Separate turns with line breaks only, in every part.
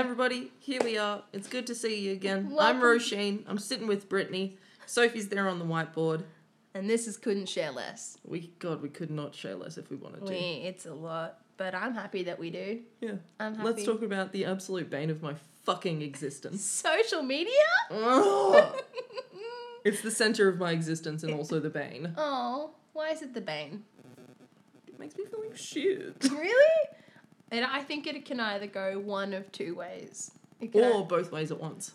Everybody, here we are. It's good to see you again.
Welcome.
I'm Roisin. I'm sitting with Brittany. Sophie's there on the whiteboard.
And this is couldn't share less.
We God, we could not share less if we wanted to.
We, it's a lot, but I'm happy that we do.
yeah.
I'm happy.
Let's talk about the absolute bane of my fucking existence.
Social media.
Ugh. it's the center of my existence and also the bane.
oh, why is it the bane?
It makes me feel like shit.
Really? And I think it can either go one of two ways. It, can
Or both ways at once.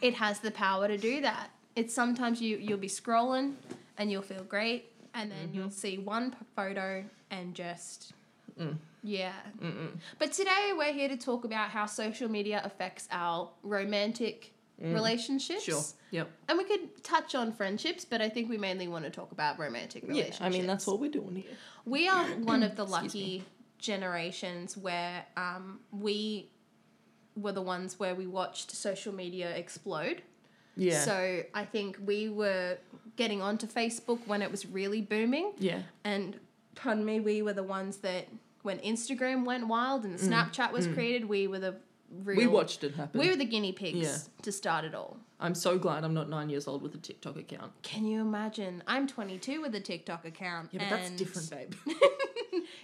ei- it has the power to do that. It's sometimes you you'll be scrolling and you'll feel great, and
Mm-hmm.
then you'll see one p- photo and just
Mm.
yeah. But today we're here to talk about how social media affects our romantic relationships.
Mm. Sure. Yep.
And we could touch on friendships, but I think we mainly want to talk about romantic
Yeah.
relationships.
I mean, that's all we're doing here.
We are one of the
Excuse me.
lucky generations where um, we were the ones where we watched social media explode.
Yeah.
So I think we were getting onto Facebook when it was really booming.
yeah.
And pardon me, we were the ones that when Instagram went wild and Snapchat was created, we were the real.
Mm. We watched it happen.
We were the guinea pigs
Yeah.
to start it all.
I'm so glad I'm not nine years old with a TikTok account.
Can you imagine? I'm 22 with a TikTok account.
Yeah, but that's
and
different, babe.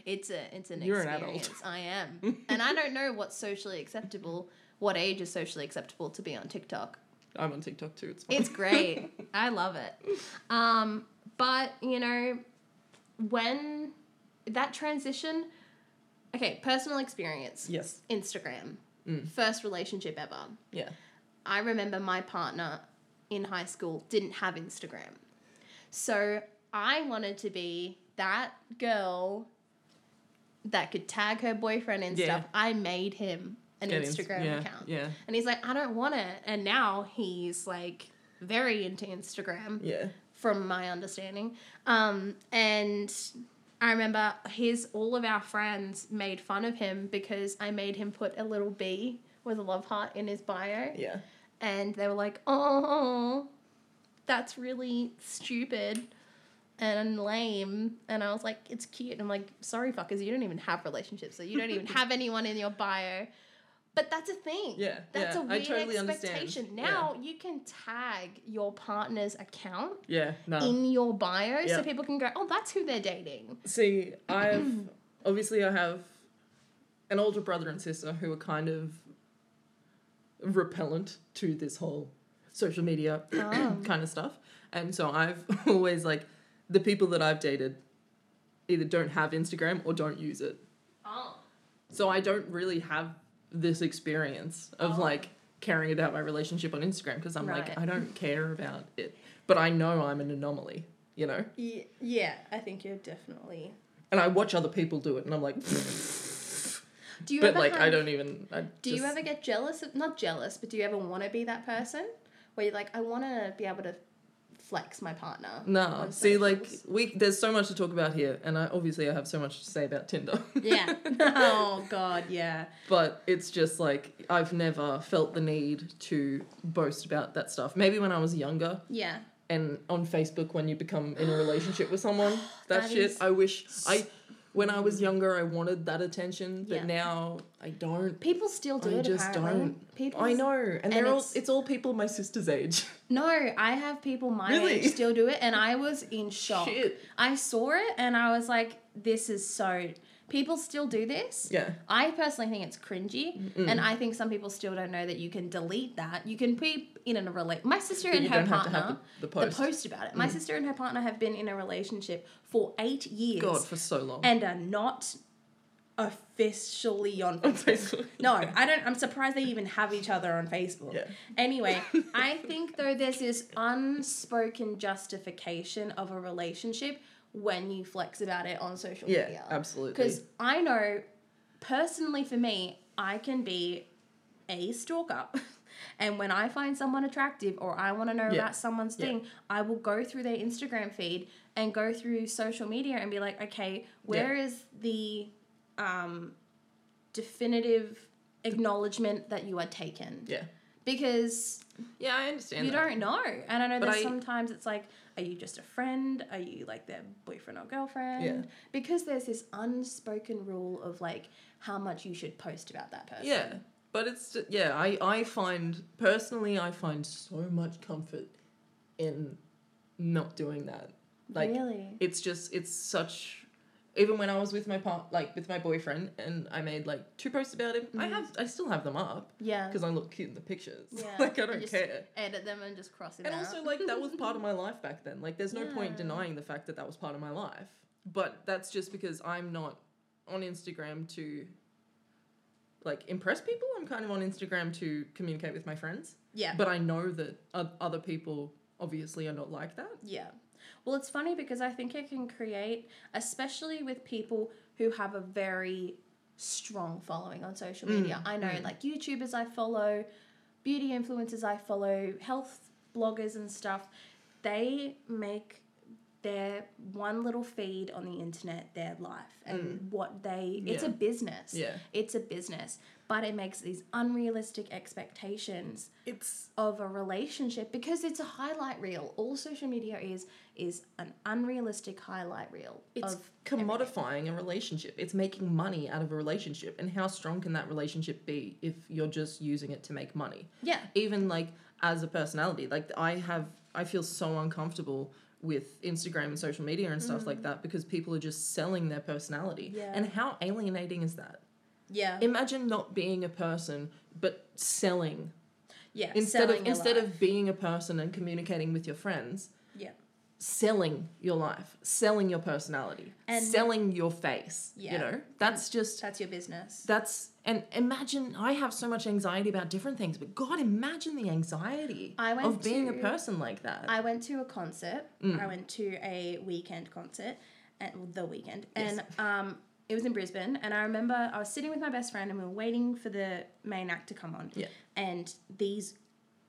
It's a it's an
You're an adult.
experience. I am, and I don't know what's socially acceptable. What age is socially acceptable to be on TikTok?
I'm on TikTok too. It's fine.
It's great. I love it. Um, but you know, when that transition, okay, personal experience,
yes.
Instagram, first relationship ever.
Yeah.
I remember my partner in high school didn't have Instagram. So I wanted to be that girl that could tag her boyfriend and
Yeah.
stuff. I made him an
Get ins-
Instagram
yeah,
account.
Yeah.
And he's like, I don't want it. And now he's like very into Instagram
Yeah.
from my understanding. Um, and I remember his all of our friends made fun of him because I made him put a little B with a love heart in his bio
Yeah.
and they were like, "Oh, that's really stupid and lame." And I was like, "It's cute." And I'm like, "Sorry, fuckers, you don't even have relationships, so you don't even have anyone in your bio." But that's a thing.
Yeah,
that's
yeah,
a
I
weird
totally understand.
expectation. Now you can tag your partner's account
Yeah. No.
in your bio,
Uh. Yeah.
so people can go, "Oh, that's who they're dating."
See, I've obviously I have an older brother and sister who are kind of repellent to this whole social media
Oh.
kind of stuff. And so I've always like the people that I've dated either don't have Instagram or don't use it.
Oh,
So I don't really have this experience of
Oh.
like caring about my relationship on Instagram because I'm
Right.
like I don't care about it. But I know I'm an anomaly, you know?
yeah, I think you're definitely.
And I watch other people do it and I'm like
Do you
but
ever
like I
have-
don't even. I
Do you
just-
ever get jealous of not jealous, but do you ever want to be that person where you're like, I want to be able to flex my partner?
No,
on
see, like
socials?"
we there's so much to talk about here, and I obviously I have so much to say about Tinder.
yeah. oh God, yeah.
but it's just like I've never felt the need to boast about that stuff. Maybe when I was younger,
Yeah.
and on Facebook when you become in a relationship with someone, that,
That
shit.
is
I wish I. When I was younger, I wanted that attention, but
Yeah.
now I don't.
People still do
I
it.
just
apparently.
don't.
People.
I know, and, they're all.
it's-
It's all people my sister's age.
No, I have people my
Really?
age still do it, and I was in shock.
Shit.
I saw it, and I was like, "This is so." People still do this.
Yeah.
I personally think it's cringy, and I think some people still don't know that you can delete that. You can be in a relate. My sister and
you
her
don't have to
partner,
have the- the post. Mm.
about it. My sister and her partner have been in a relationship for eight years,
God, for so long.
and are not officially on
on Facebook.
no, I don't. I'm surprised they even have each other on Facebook.
Yeah.
Anyway, I think though there's this unspoken justification of a relationship when you flex about it on social
Yeah,
media.
absolutely.
Because I know, personally for me, I can be a stalker. And when I find someone attractive or I want to know
Yeah.
about someone's
Yeah.
thing, I will go through their Instagram feed and go through social media and be like, okay, where is the um, definitive acknowledgement that you are taken
Yeah.
because
Yeah, I understand.
you
that.
don't know and i know
But
that
I-
sometimes it's like are you just a friend are you like their boyfriend or girlfriend
Yeah.
because there's this unspoken rule of like how much you should post about that person
Yeah. But it's ju- yeah, I I find personally I find so much comfort in not doing that. Like
really?
it's just it's such even when I was with my part like with my boyfriend and I made like two posts about him, I
Mhm.
have I still have them up
Yeah.
because I look cute in the pictures.
Yeah,
like I
you
don't
just-
care.
Edit them and just cross it
And
out.
also like that was part of my life back then. Like there's no point
Yeah.
denying the fact that that was part of my life. But that's just because I'm not on Instagram to like impress people. I'm kind of on Instagram to communicate with my friends.
yeah.
But I know that o- other people obviously are not like that.
Yeah. Well, it's funny because I think it can create, especially with people who have a very strong following on social
Mm,
media. I know,
mm.
like, YouTubers I follow, beauty influencers I follow, health bloggers and stuff, they make their one little feed on the internet their life and what they it's a
Mm. Yeah.
business
Yeah.
it's a business but it makes these unrealistic expectations
It's
of a relationship because it's a highlight reel. All social media is is an unrealistic highlight reel
it's
of
commodifying a relationship. It's making money out of a relationship. And how strong can that relationship be if you're just using it to make money?
yeah.
even like as a personality like i have i feel so uncomfortable with instagram and social media and stuff like that because people are just selling their personality
Mm. Yeah.
and how alienating is that
Yeah.
imagine not being a person but selling
yeah.
instead of instead of being a person and communicating with your friends
Yeah.
selling your life selling your personality
And-
selling your face
Yeah.
you know that's just
that's your business.
that's and imagine I have so much anxiety about different things, but God, imagine the anxiety
I went
of being
to-
a person like that.
I went to a concert. I went to a weekend concert and well, the weekend.
Yes.
And um it was in Brisbane and I remember I was sitting with my best friend and we were waiting for the main act to come on.
Yeah.
And these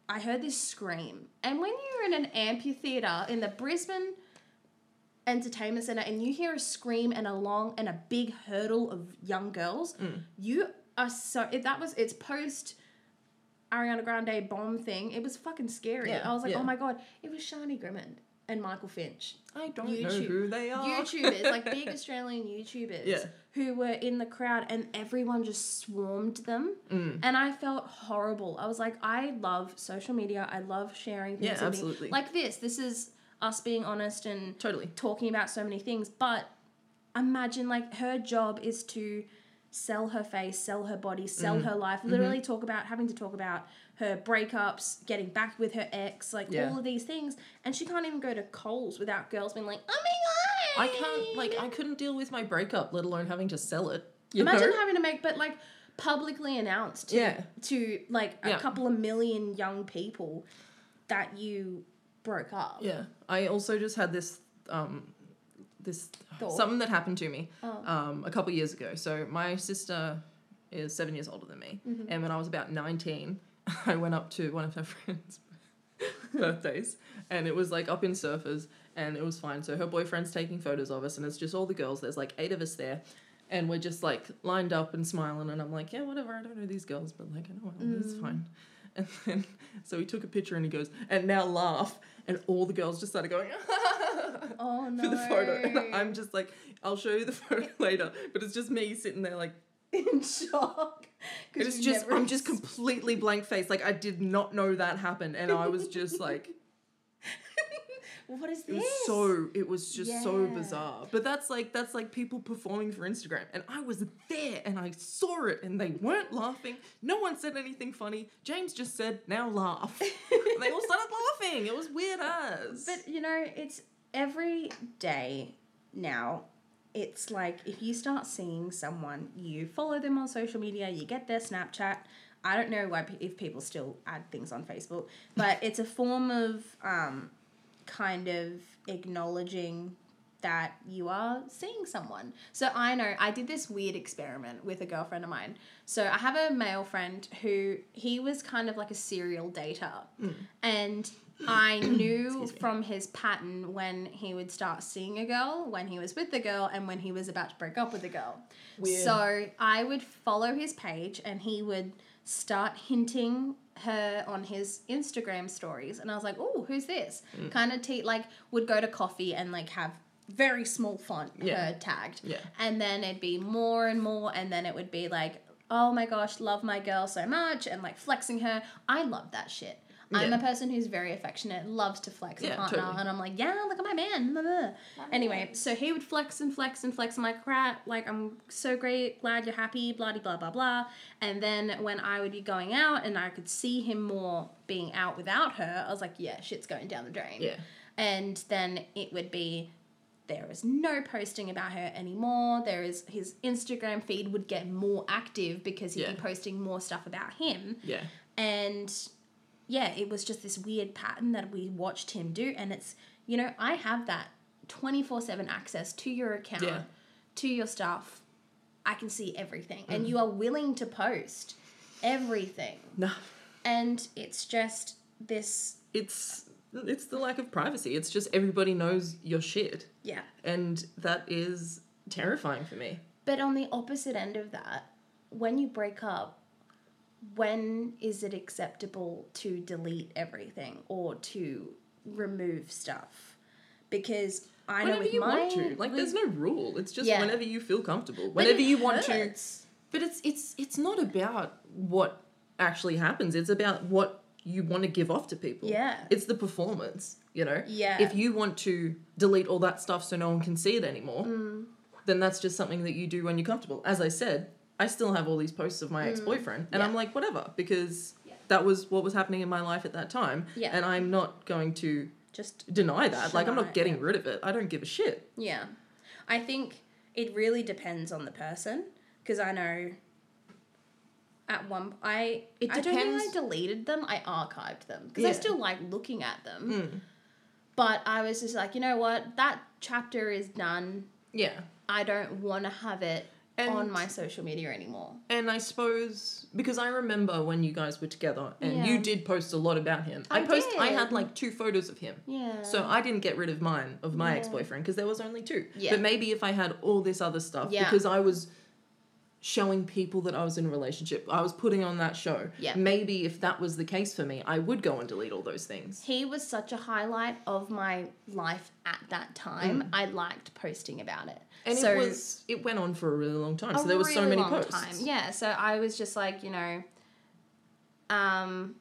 I heard this scream. And when you're in an amphitheater in the Brisbane entertainment center and you hear a scream and a long and a big hurdle of young girls,
Mm.
you are so if that was it's post Ariana Grande bomb thing. It was fucking scary.
Yeah,
I was like,
yeah.
oh my god, it was Shani Grimmond and Michael Finch.
I don't know
YouTube-
who they are.
YouTubers, like big Australian YouTubers
Yeah.
who were in the crowd and everyone just swarmed them.
Mm.
And I felt horrible. I was like, I love social media. I love sharing things.
Yeah,
with me.
absolutely.
Like this. This is us being honest and
totally.
talking about so many things. But imagine like her job is to sell her face, sell her body, sell
Mm-hmm.
her life, literally talk about having to talk about her breakups, getting back with her ex, like
Yeah.
all of these things. And she can't even go to Coles without girls being like, Oh my
I
god.
can't like I couldn't deal with my breakup, let alone having to sell it. You
Imagine
know?
having to make but like publicly announced to,
Yeah.
to like a
Yeah.
couple of million young people that you broke up.
Yeah. I also just had this um this
Thought.
something that happened to me
Oh.
um a couple years ago. So my sister is seven years older than me. And when I was about nineteen, I went up to one of her friends birthdays and it was like up in surfers and it was fine. So her boyfriend's taking photos of us and it's just all the girls. There's like eight of us there and we're just like lined up and smiling and I'm like, Yeah, whatever, I don't know these girls, but like I know well, it's fine. And then so he took a picture and he goes, and now laugh. And all the girls just started going
Oh no.
for the photo. And I'm just like, I'll show you the photo later. But it's just me sitting there like
in shock. 'Cause
it's
you've
just
never
I'm just completely blank faced. Like I did not know that happened. And I was just like
what is
it
this?
was so it was just so
Yeah.
bizarre. But that's like that's like people performing for Instagram. And I was there and I saw it and they weren't laughing. No one said anything funny. James just said, now laugh. and they all started laughing. It was weird as
But you know, it's every day now. It's like if you start seeing someone, you follow them on social media, you get their Snapchat. I don't know why pe- if people still add things on Facebook, but it's a form of um, kind of acknowledging that you are seeing someone. So I know I did this weird experiment with a girlfriend of mine. So I have a male friend who he was kind of like a serial dater. And I knew from his pattern when he would start seeing a girl, when he was with the girl, and when he was about to break up with the girl.
Weird.
So I would follow his page and he would start hinting her on his Instagram stories. And I was like, oh, who's this?
Mm.
Kind of te- like would go to coffee and like have very small font
Yeah.
her tagged.
Yeah.
And then it'd be more and more and then it would be like oh my gosh, love my girl so much and like flexing her. I love that shit. I'm
Yeah.
a person who's very affectionate, loves to flex a
Yeah,
partner,
totally.
and I'm like, yeah, look at my man. blah, blah, blah." Anyway, so he would flex and flex and flex. I'm like, crap, like I'm so great, glad you're happy, blah de blah blah blah. And then when I would be going out and I could see him more being out without her, I was like, yeah, shit's going down the drain.
Yeah.
And then it would be there is no posting about her anymore. There is his Instagram feed would get more active because he'd
Yeah.
be posting more stuff about him.
Yeah.
And yeah, it was just this weird pattern that we watched him do. And it's, you know, I have that 24 7 access to your account,
Yeah.
to your stuff. I can see everything. And you are willing to post everything.
No.
And it's just this,
It's it's the lack of privacy. It's just everybody knows your shit.
yeah.
And that is terrifying for me.
But on the opposite end of that, when you break up, when is it acceptable to delete everything or to remove stuff? Because I know
Whenever
with
you
my
want to. Like there's no rule. It's just
Yeah.
whenever you feel comfortable.
But
Whenever
it
you want to
hurts.
But it's it's it's not about what actually happens. It's about what you want to give off to people.
Yeah.
It's the performance, you know?
Yeah.
If you want to delete all that stuff so no one can see it anymore,
Mm.
then that's just something that you do when you're comfortable. As I said, I still have all these posts of my ex-boyfriend and
Mm. Yeah.
I'm like whatever because
Yeah.
that was what was happening in my life at that time
Yeah.
and I'm not going to
Just
deny that. like I'm
Deny,
not getting rid of it. I don't give a shit.
yeah. I think it really depends on the person because I know at one I
It
I don't
depends.
think I deleted them. I archived them because I
Yeah. Hmm.
still like looking at them. But I was just like, you know what? That chapter is done.
Yeah.
I don't want to have it
And-
on my social media anymore.
And I suppose because I remember when you guys were together and
Yeah.
you did post a lot about him. I,
I
post I
did.
had like two photos of him.
Yeah.
So I didn't get rid of mine of my
Yeah.
ex-boyfriend because there was only two.
Yeah.
But maybe if I had all this other stuff
Yeah.
because I was showing people that I was in a relationship, I was putting on that show.
Yeah.
Maybe if that was the case for me, I would go and delete all those things.
he was such a highlight of my life at that time. I liked posting about it.
Hmm. And
so
it was it went on for a really long time.
a
So there was so
really
many
long
posts.
Yeah, so I was just like, you know, um,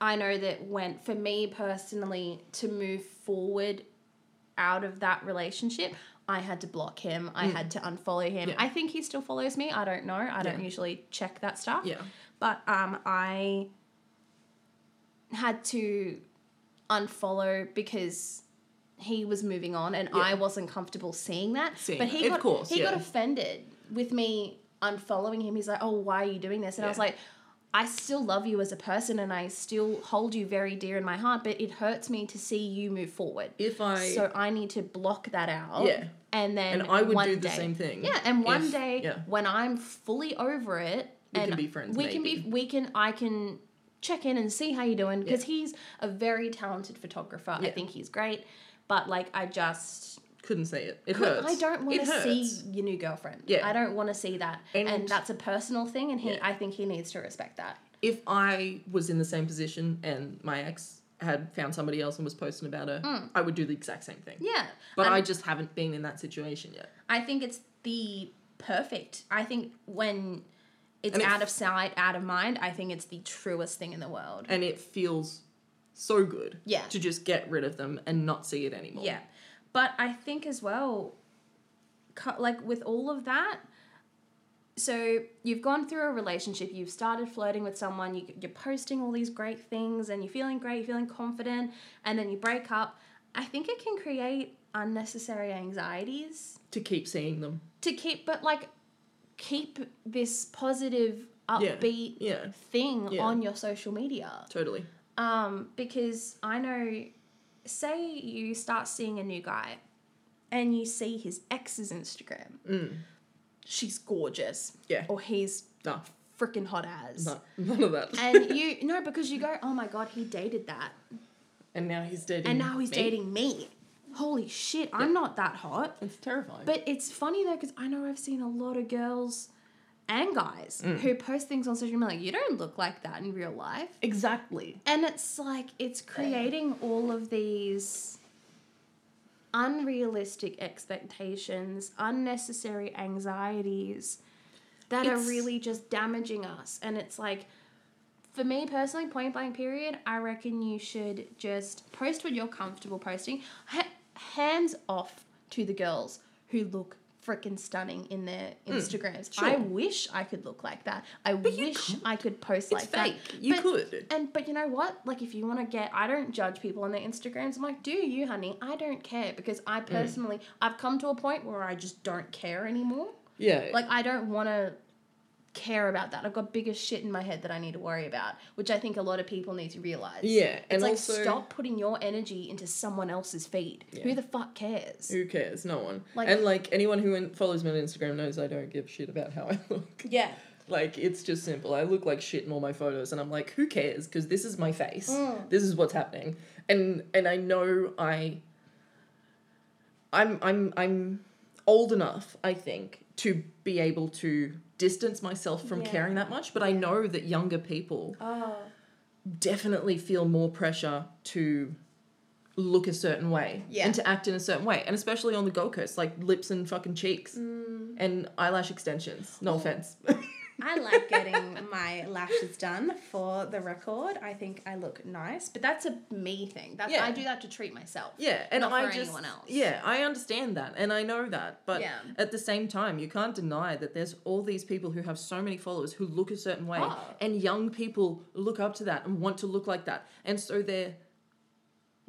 I know that when for me personally to move forward out of that relationship, I had to block him. I had to unfollow him.
Hmm. Yeah.
I think he still follows me. I don't know. I don't
Yeah.
usually check that stuff.
Yeah.
But um, I had to unfollow because he was moving on and I wasn't comfortable seeing that.
Seeing
but
that.
he
Of
got
course,
he got
yeah.
offended with me unfollowing him. He's like, "Oh, why are you doing this?" And I was
Yeah.
like, "I still love you as a person and I still hold you very dear in my heart, but it hurts me to see you move forward."
If I
so I need to block that out.
Yeah.
And then
and I would
one
do the
day-
same thing.
yeah, and one
if-
day
yeah.
when I'm fully over it,
We
and
can be friends,
We can be.
maybe.
We can. I can check in and see how you're doing because he's a very talented photographer. I
Yeah.
think he's great, but like I just
couldn't say it. It hurts.
I don't want
It
to see
hurts.
your new girlfriend.
Yeah.
I don't want to see that, and,
And-
that's a personal thing. And he,
Yeah.
I think he needs to respect that.
if I was in the same position and my ex had found somebody else and was posting about her, I would do the exact same thing.
Hmm. Yeah,
But
And
I just haven't been in that situation yet.
I think it's the perfect. I think when it's
And it
out
f-
of sight, out of mind. I think it's the truest thing in the world.
And it feels so good
Yeah.
to just get rid of them and not see it anymore.
Yeah. But I think as well, cu- like with all of that, so you've gone through a relationship, you've started flirting with someone, you, you're posting all these great things, and you're feeling great, you're feeling confident, and then you break up. I think it can create unnecessary anxieties
To keep seeing them.
to keep, but like keep this positive, upbeat
Yeah.
thing
Yeah.
on your social media.
Totally.
Um, because I know, say you start seeing a new guy and you see his ex's Instagram. She's gorgeous.
Mm. Yeah. Uh-huh.
Or he's
No.
freaking hot as.
no none of that.
And you, no, because you go, oh my God, he dated that.
And now he's dating.
And now he's
Mm. me.
dating me. Holy shit, I'm not that hot.
It's terrifying.
But it's funny though, because I know I've seen a lot of girls and guys
Mm.
who post things on social media like, you don't look like that in real life.
exactly.
And it's like it's creating all of these unrealistic expectations, unnecessary anxieties. that
It's-
are really just damaging us. And it's like, for me personally, point blank period, I reckon you should just post what you're comfortable posting. Ha- hands off to the girls who look freaking stunning in their Instagrams.
Hmm. sure.
I wish I could look like that. I
you
wish I could
It's
post like that.
fake. You
But-
could.
and but you know what? Like if you want to get, I don't judge people on their Instagrams. I'm like, do you, honey? I don't care because
Mm.
I personally, I've come to a point where I just don't care anymore.
Yeah.
Like I don't want to care about that. I've got bigger shit in my head that I need to worry about, which I think a lot of people need to realize.
yeah.
It's
And
like
also,
stop putting your energy into someone else's feed. Who the fuck cares?
who cares? No one.
Like-
and like anyone who in- follows me on Instagram knows I don't give shit about how I look.
Yeah.
Like it's just simple. I look like shit in all my photos, and I'm like, who cares? Because this is my face.
Mm.
This is what's happening, and and I know I. I'm I'm I'm old enough, I think, to be able to distance myself from
Yeah.
caring that much. But I know that younger people
Oh.
definitely feel more pressure to look a certain way
Yeah.
and to act in a certain way, and especially on the Gold Coast, like lips and fucking cheeks and eyelash extensions. No offense.
I like getting my lashes done for the record. I think I look nice, but
But that's a me thing. That's
Yeah.
I do that to treat myself.
Yeah, and
Not
I
for
just
anyone else.
yeah, I understand that, and I know that, but
Yeah.
at the same time, you can't deny that there's all these people who have so many followers who look a certain way,
Oh.
and young people look up to that and want to look like that, and so they're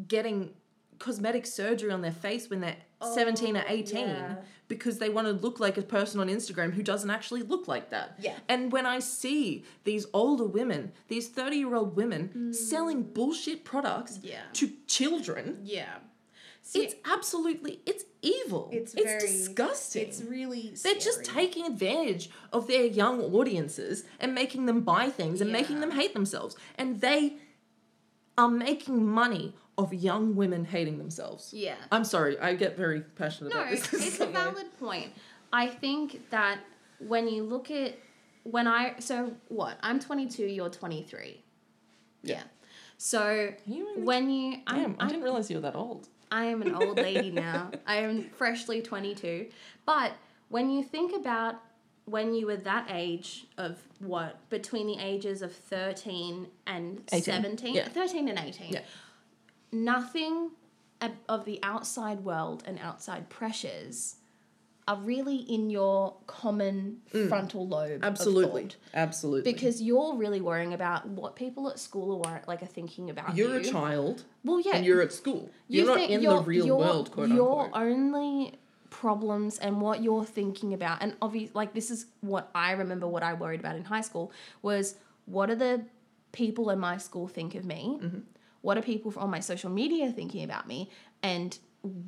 getting cosmetic surgery on their face when they're
Oh,
17 or 18
yeah.
because they want to look like a person on Instagram who doesn't actually look like that.
Yeah.
And when I see these older women, these 30-year-old women
Mm.
selling bullshit products
Yeah.
to children,
yeah, See,
it's absolutely it's evil.
It's
It's
very-
disgusting.
it's really.
They're just
scary.
taking advantage of their young audiences and making them buy things and making
Yeah.
them hate themselves. And they are making money off young women hating themselves.
Yeah.
I'm sorry, I get very passionate
No,
about this.
it's a valid point. I think that when you look at when I so what I'm 22, you're 23.
Yeah.
So
You really-
when you
Damn,
I'm,
I
I'm
didn't realize you were that old.
I am an old lady now. I am freshly 22. But when you think about when you were that age of what, between the ages of 13 and
18,
17,
yeah.
13 and 18,
Yeah.
nothing ab- of the outside world and outside pressures are really in your common frontal lobe. of
Mm. Absolutely.
thought.
Absolutely.
Because you're really worrying about what people at school are wor- like are thinking about
you're a
you.
child
Well, yeah,
and you're at school.
you
You're not
think
in
your-
the real
your-
world, quote
your
unquote.
only problems and what you're thinking about and obvious like this is what i remember what i worried about in high school was what do the people in my school think of me
Mm-hmm.
what are people on my social media thinking about me and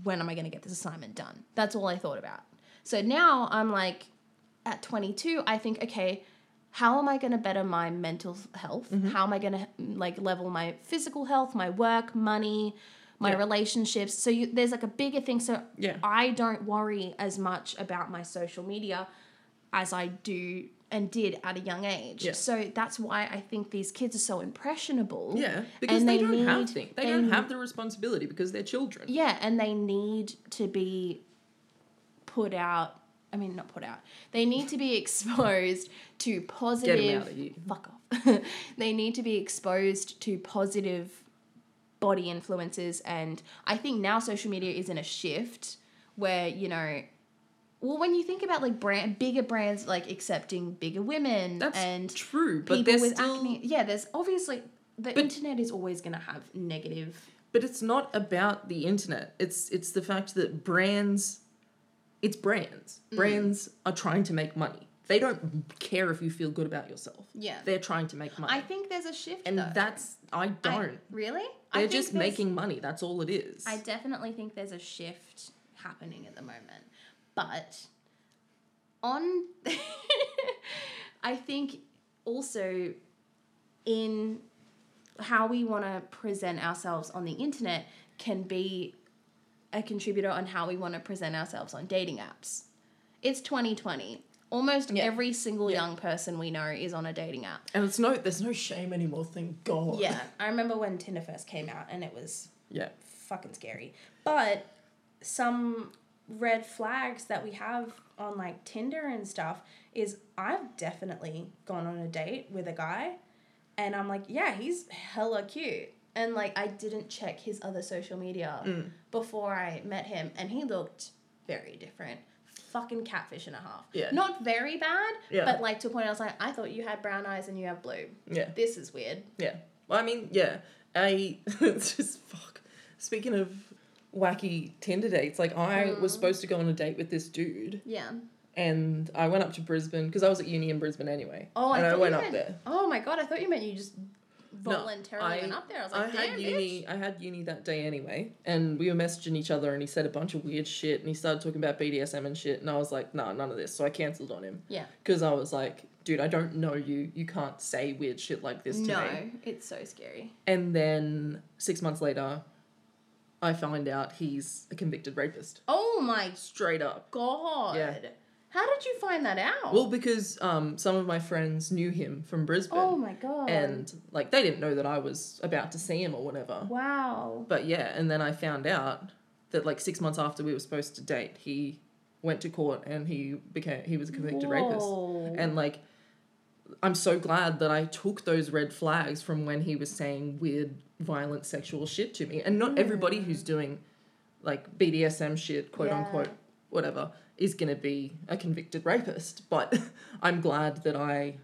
when am i going to get this assignment done that's all i thought about so now i'm like at 22 i think okay how am i going to better my mental health
Mm-hmm.
how am i going to like level my physical health my work money my
Yeah.
relationships so you, there's like a bigger thing so
Yeah.
i don't worry as much about my social media as i do and did at a young age
Yeah.
so that's why i think these kids are so impressionable
Yeah, because
and
they,
they
don't have
need-
things. They,
they
don't
need-
have the responsibility because they're children.
Yeah, and they need to be put out. I mean, not put out. They need to be exposed to positive.
outta here.
Fuck off. they need to be exposed to positive body influences, and I think now social media is in a shift where you know. Well, when you think about like brand bigger brands like accepting bigger women
That's
and
true,
people
but they're
with
still.
acne, yeah, there's obviously the internet is always going to have negative.
But it's not about the internet. It's it's the fact that brands, it's brands.
Mm.
Brands are trying to make money. They don't care if you feel good about yourself.
Yeah.
They're trying to make money,
I think there's a shift,
and
though.
that's I
I-
don't.
really? I
they're
think
just
there's-
making money. That's all it is.
I definitely think there's a shift happening at the moment, but on, I think also in how we want to present ourselves on the internet can be a contributor on how we want to present ourselves on dating apps. It's 2020. Almost
Yeah.
every single young person we know is on a dating app.
and it's no, there's no shame anymore. Thank God.
Yeah, I remember when Tinder first came out, and it was
Yeah.
fucking scary. But some
red flags that we have on like Tinder and stuff is I've definitely gone on a date with a guy and I'm like, yeah, he's hella cute. And like I didn't check his other social media
Mm.
before I met him and he looked very different. Fucking catfish and a half.
Yeah.
Not very bad,
Yeah.
but like to a point I was like, I thought you had brown eyes and you have blue.
Yeah.
This is weird.
Yeah. Well, I mean, yeah. I it's just fuck. Speaking of wacky Tinder dates, like I
Mm.
was supposed to go on a date with this dude,
Yeah.
and I went up to Brisbane because I was at uni in Brisbane anyway.
Oh,
and
I,
I
thought
went
you
up
meant,
there.
Oh my god, I thought you meant you just
No,
voluntarily
I-
went up there. I was
I
like,
had
damn,
uni.
bitch.
I had uni that day anyway, and we were messaging each other, and he said a bunch of weird shit, and he started talking about BDSM and shit, and I was like, nah, none of this. So I cancelled on him
Yeah.
because I was like, dude, I don't know you. You can't say weird shit like this to
No,
me.
it's so scary.
And then six months later, I find out he's a convicted rapist.
Oh my
Straight up.
god.
Yeah.
How did you find that out?
Well, because um, some of my friends knew him from Brisbane.
oh my god.
and, like, they didn't know that I was about to see him or whatever.
wow.
But yeah, and then I found out that, like, six months after we were supposed to date, he went to court and he became, he was a convicted rapist.
Whoa.
And, like, I'm so glad that I took those red flags from when he was saying weird, violent, sexual shit to me. And
Mm.
not everybody who's doing like BDSM shit, quote
Yeah.
unquote, whatever, is going to be a convicted rapist. But I'm glad that I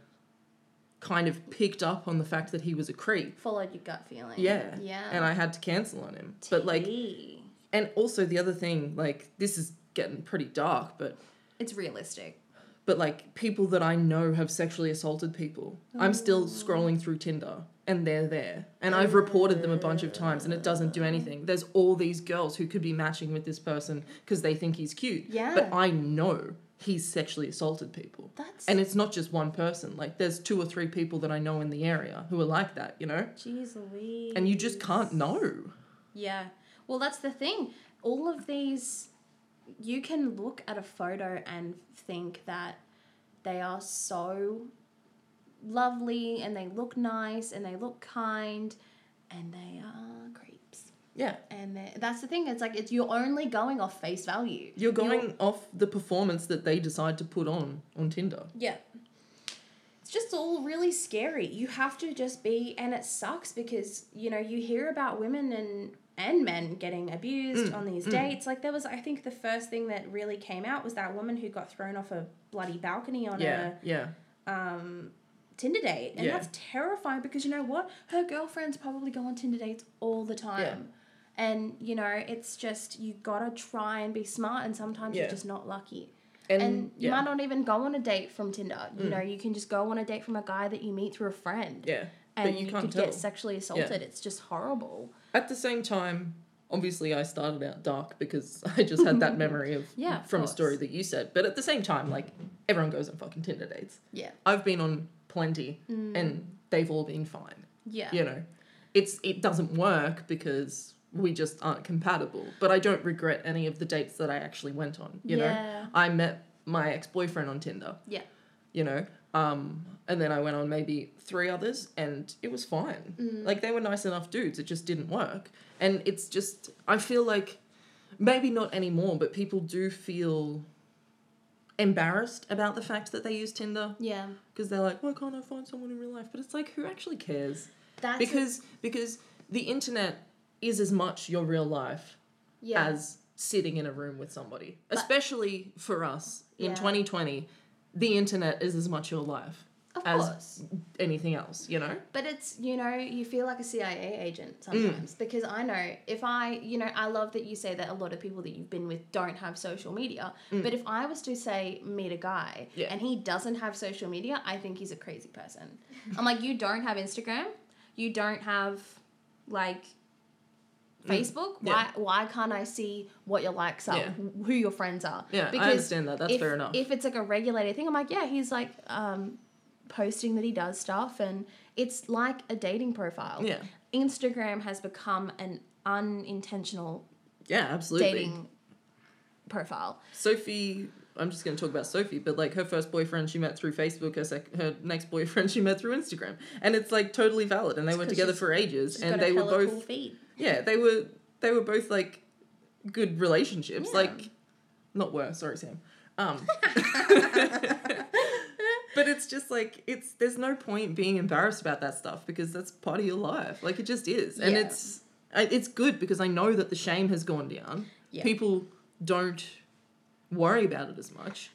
kind of picked up on the fact that he was a creep.
followed your gut feeling.
Yeah.
Yeah.
And I had to cancel on him. But like,
Gee.
and also the other thing, like, this is getting pretty dark, but
it's realistic.
but like people that I know have sexually assaulted people. I'm still scrolling through Tinder and they're there. And I've reported them a bunch of times and it doesn't do anything. There's all these girls who could be matching with this person because they think he's cute.
Yeah.
But I know he's sexually assaulted people.
That's
And it's not just one person. Like there's two or three people that I know in the area who are like that, you know?
jeez Louise.
And you just can't know.
Yeah. Well, that's the thing. All of these, you can look at a photo and think that they are so lovely and they look nice and they look kind and they are creeps.
Yeah.
And they- that's the thing. It's like it's you're only going off face value.
You're going off the performance that they decide to put on on Tinder.
Yeah. It's just all really scary. You have to just be and it sucks because, you know, you hear about women and and men getting
Mm,
abused on these dates. Like there was I think the first thing that really came out was that woman who got thrown off a bloody balcony on
Yeah. Yeah.
a um Tinder date. And
Yeah.
that's terrifying because you know what? Her girlfriends probably go on Tinder dates all the time. And you know, it's just you gotta try and be smart and sometimes
Yeah.
you're just not lucky.
And,
And
yeah.
you
Mm.
might not even go on a date from Tinder. You know, you can just go on a date from a guy that you meet through a friend.
yeah.
And
but
you,
you can't
could
tell.
get sexually assaulted. It's just horrible.
At the same time, obviously, I started out dark because I just had that memory of
Yeah, of
from a
course.
story that you said. But at the same time, like everyone goes on fucking Tinder dates.
Yeah.
I've been on plenty, and they've all been fine.
Mm. Yeah.
You know, it's it doesn't work because we just aren't compatible. But I don't regret any of the dates that I actually went on. You
Yeah.
know, I met my ex boyfriend on Tinder.
Yeah.
You know. Um, and then I went on maybe three others and it was fine.
Mm.
Like they were nice enough dudes, it just didn't work. And it's just I feel like maybe not anymore, but people do feel embarrassed about the fact that they use Tinder
Yeah.
because they're like, why can't I find someone in real life? But it's like, who actually cares?
That's a-
Because because the internet is as much your real life
yeah.
as sitting in a room with somebody. Especially for us in
Yeah.
2020, the internet is as much your life
Of
as
course.
anything else, you know?
But it's, you know, you feel like a CIA
Mm.
agent sometimes because I know if I, you know, I love that you say that a lot of people that you've been with don't have social media. But if I was to say meet a
Mm.
guy
Yeah.
and he doesn't have social media, I think he's a crazy person. I'm like, you don't have Instagram, you don't have like Facebook.
Mm. Yeah.
Why why can't I see what your likes are,
Yeah.
wh- who your friends are?
Yeah, I understand that. That's
if,
fair enough.
If it's like a regulated thing, I'm like, yeah, he's like um, posting that he does stuff, and it's like a dating profile.
Yeah.
Instagram has become an unintentional
Yeah, absolutely.
dating profile.
Sophie, I'm just going to talk about Sophie, but like her first boyfriend she met through Facebook, her sec- her next boyfriend she met through Instagram, and it's like totally valid, and they were
'cause
together
she's-
for ages,
She's
and
got a
they were
hella
both
cool feed.
yeah, they were they were both like good relationships,
Yeah.
like Not were, sorry, Sam. Um, but it's just like it's there's no point being embarrassed about that stuff because that's part of your life. Like it just is, and
Yeah.
it's I- it's good because I know that the shame has gone down.
Yeah.
People don't worry about it as much.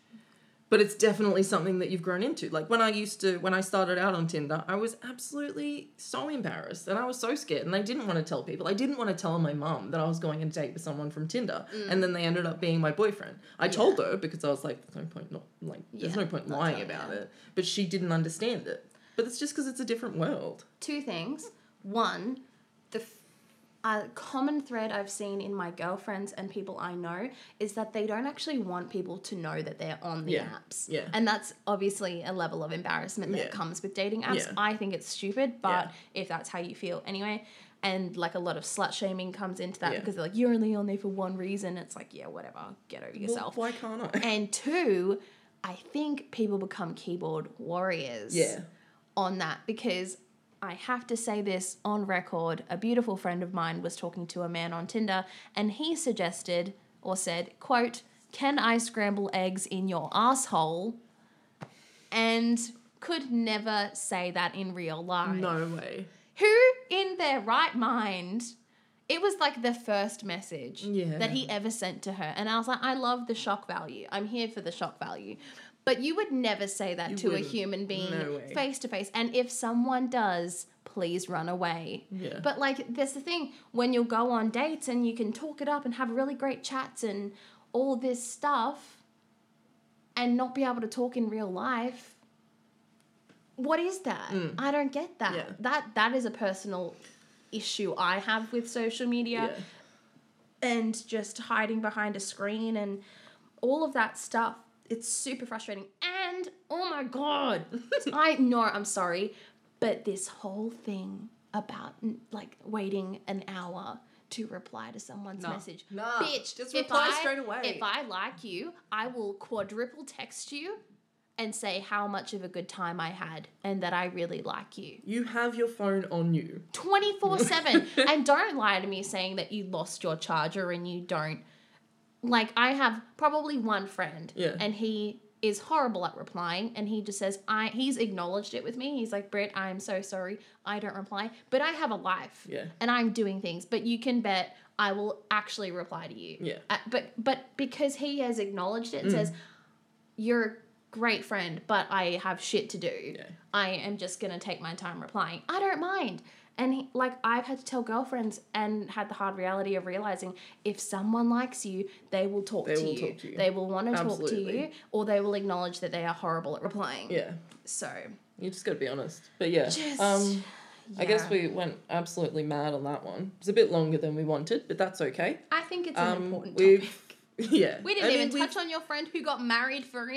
But it's definitely something that you've grown into. Like when I used to, when I started out on Tinder, I was absolutely so embarrassed and I was so scared and I didn't want to tell people. I didn't want to tell my mum that I was going on a date with someone from Tinder
Mm.
and then they ended up being my boyfriend. I told her because I was like, there's no point, not like, there's
Yeah,
no point
not
lying
telling
about
her.
it. But she didn't understand it. But it's just because it's a different world.
two things. One, the f- uh, common thread I've seen in my girlfriends and people I know is that they don't actually want people to know that they're on the
Yeah.
apps.
Yeah.
And that's obviously a level of embarrassment that
Yeah.
comes with dating apps.
Yeah.
I think it's stupid, but if that's how you feel anyway. And like a lot of slut shaming comes into that
Yeah.
because they're like, you're only on there for one reason. It's like, yeah, whatever, get over yourself.
Well, why can't I?
and two, I think people become keyboard warriors
Yeah.
on that because I have to say this on record. A beautiful friend of mine was talking to a man on Tinder and he suggested or said, quote, can I scramble eggs in your asshole? And could never say that in real life.
No way.
Who in their right mind? It was like the first message
Yeah.
that he ever sent to her. And I was like, I love the shock value. I'm here for the shock value. But you would never say that
You
to
wouldn't.
a human
No
being
way.
face to face. And if someone does, please run away.
Yeah.
But like, that's the thing when you'll go on dates and you can talk it up and have really great chats and all this stuff and not be able to talk in real life. What is that? I don't get that.
Mm. Yeah.
That that is a personal issue I have with social media
yeah.
and just hiding behind a screen and all of that stuff. It's super frustrating. And oh my god, I know I'm sorry, but this whole thing about n- like waiting an hour to reply to someone's
No.
message,
No.
bitch,
Just
if
reply
I-
straight away.
If I like you, I will quadruple text you and say how much of a good time I had and that I really like you.
You have your phone on you.
24 7. And don't lie to me saying that you lost your charger and you don't. Like, I have probably one friend,
Yeah.
and he is horrible at replying and he just says i he's acknowledged it with me he's like brett i'm so sorry i don't reply but i have a life
Yeah.
and i'm doing things but you can bet i will actually reply to you
Yeah. Mm.
Uh, but but because he has acknowledged it and says you're a great friend, but I have shit to do.
Yeah.
I am just gonna take my time replying. I don't mind. And he, like I've had to tell girlfriends and had the hard reality of realizing if someone likes you, they will talk,
They
to,
will
you.
talk to you.
They will want to talk to you,
Absolutely.
or they will acknowledge that they are horrible at replying.
Yeah.
So
You just gotta be honest. But yeah.
Just-
um I guess we
yeah.
went absolutely mad on that one. It was a bit longer than we wanted, but that's okay.
I think it's an
Um
important topic.
we've yeah.
We didn't even touch on your friend who got married for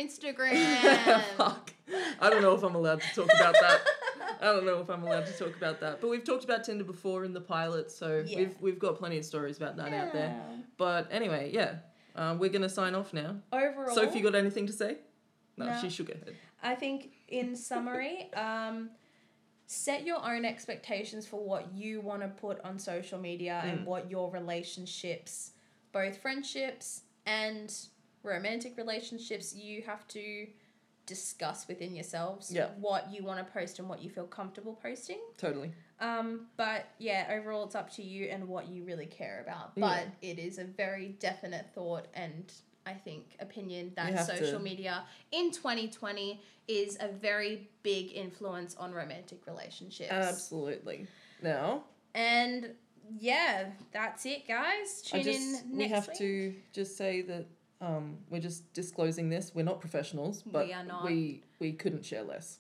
Instagram.
Fuck. I don't know if I'm allowed to talk about that. I don't know if I'm allowed to talk about that. But we've talked about Tinder before in the pilot, so
Yeah.
we've we've got plenty of stories about that out there. But anyway, yeah. Um, we're gonna sign off now.
Overall,
Sophie, you got anything to say? No,
No.
she shook her head.
I think in summary, um, set your own expectations for what you want to put on social media and what your relationships, both friendships and romantic relationships, you have to discuss within yourselves
Yeah.
what you want to post and what you feel comfortable posting.
Totally.
Um, but yeah, overall, it's up to you and what you really care about. But it is a very definite thought and I think opinion
You
that
have to-
social media in 2020 is a very big influence on romantic relationships.
Absolutely. Now
and yeah, that's it, guys. Tune
I just,
in next
we have
week.
to just say that um, we're just disclosing this. We're not professionals, but
We
we,
are not.
we couldn't share less.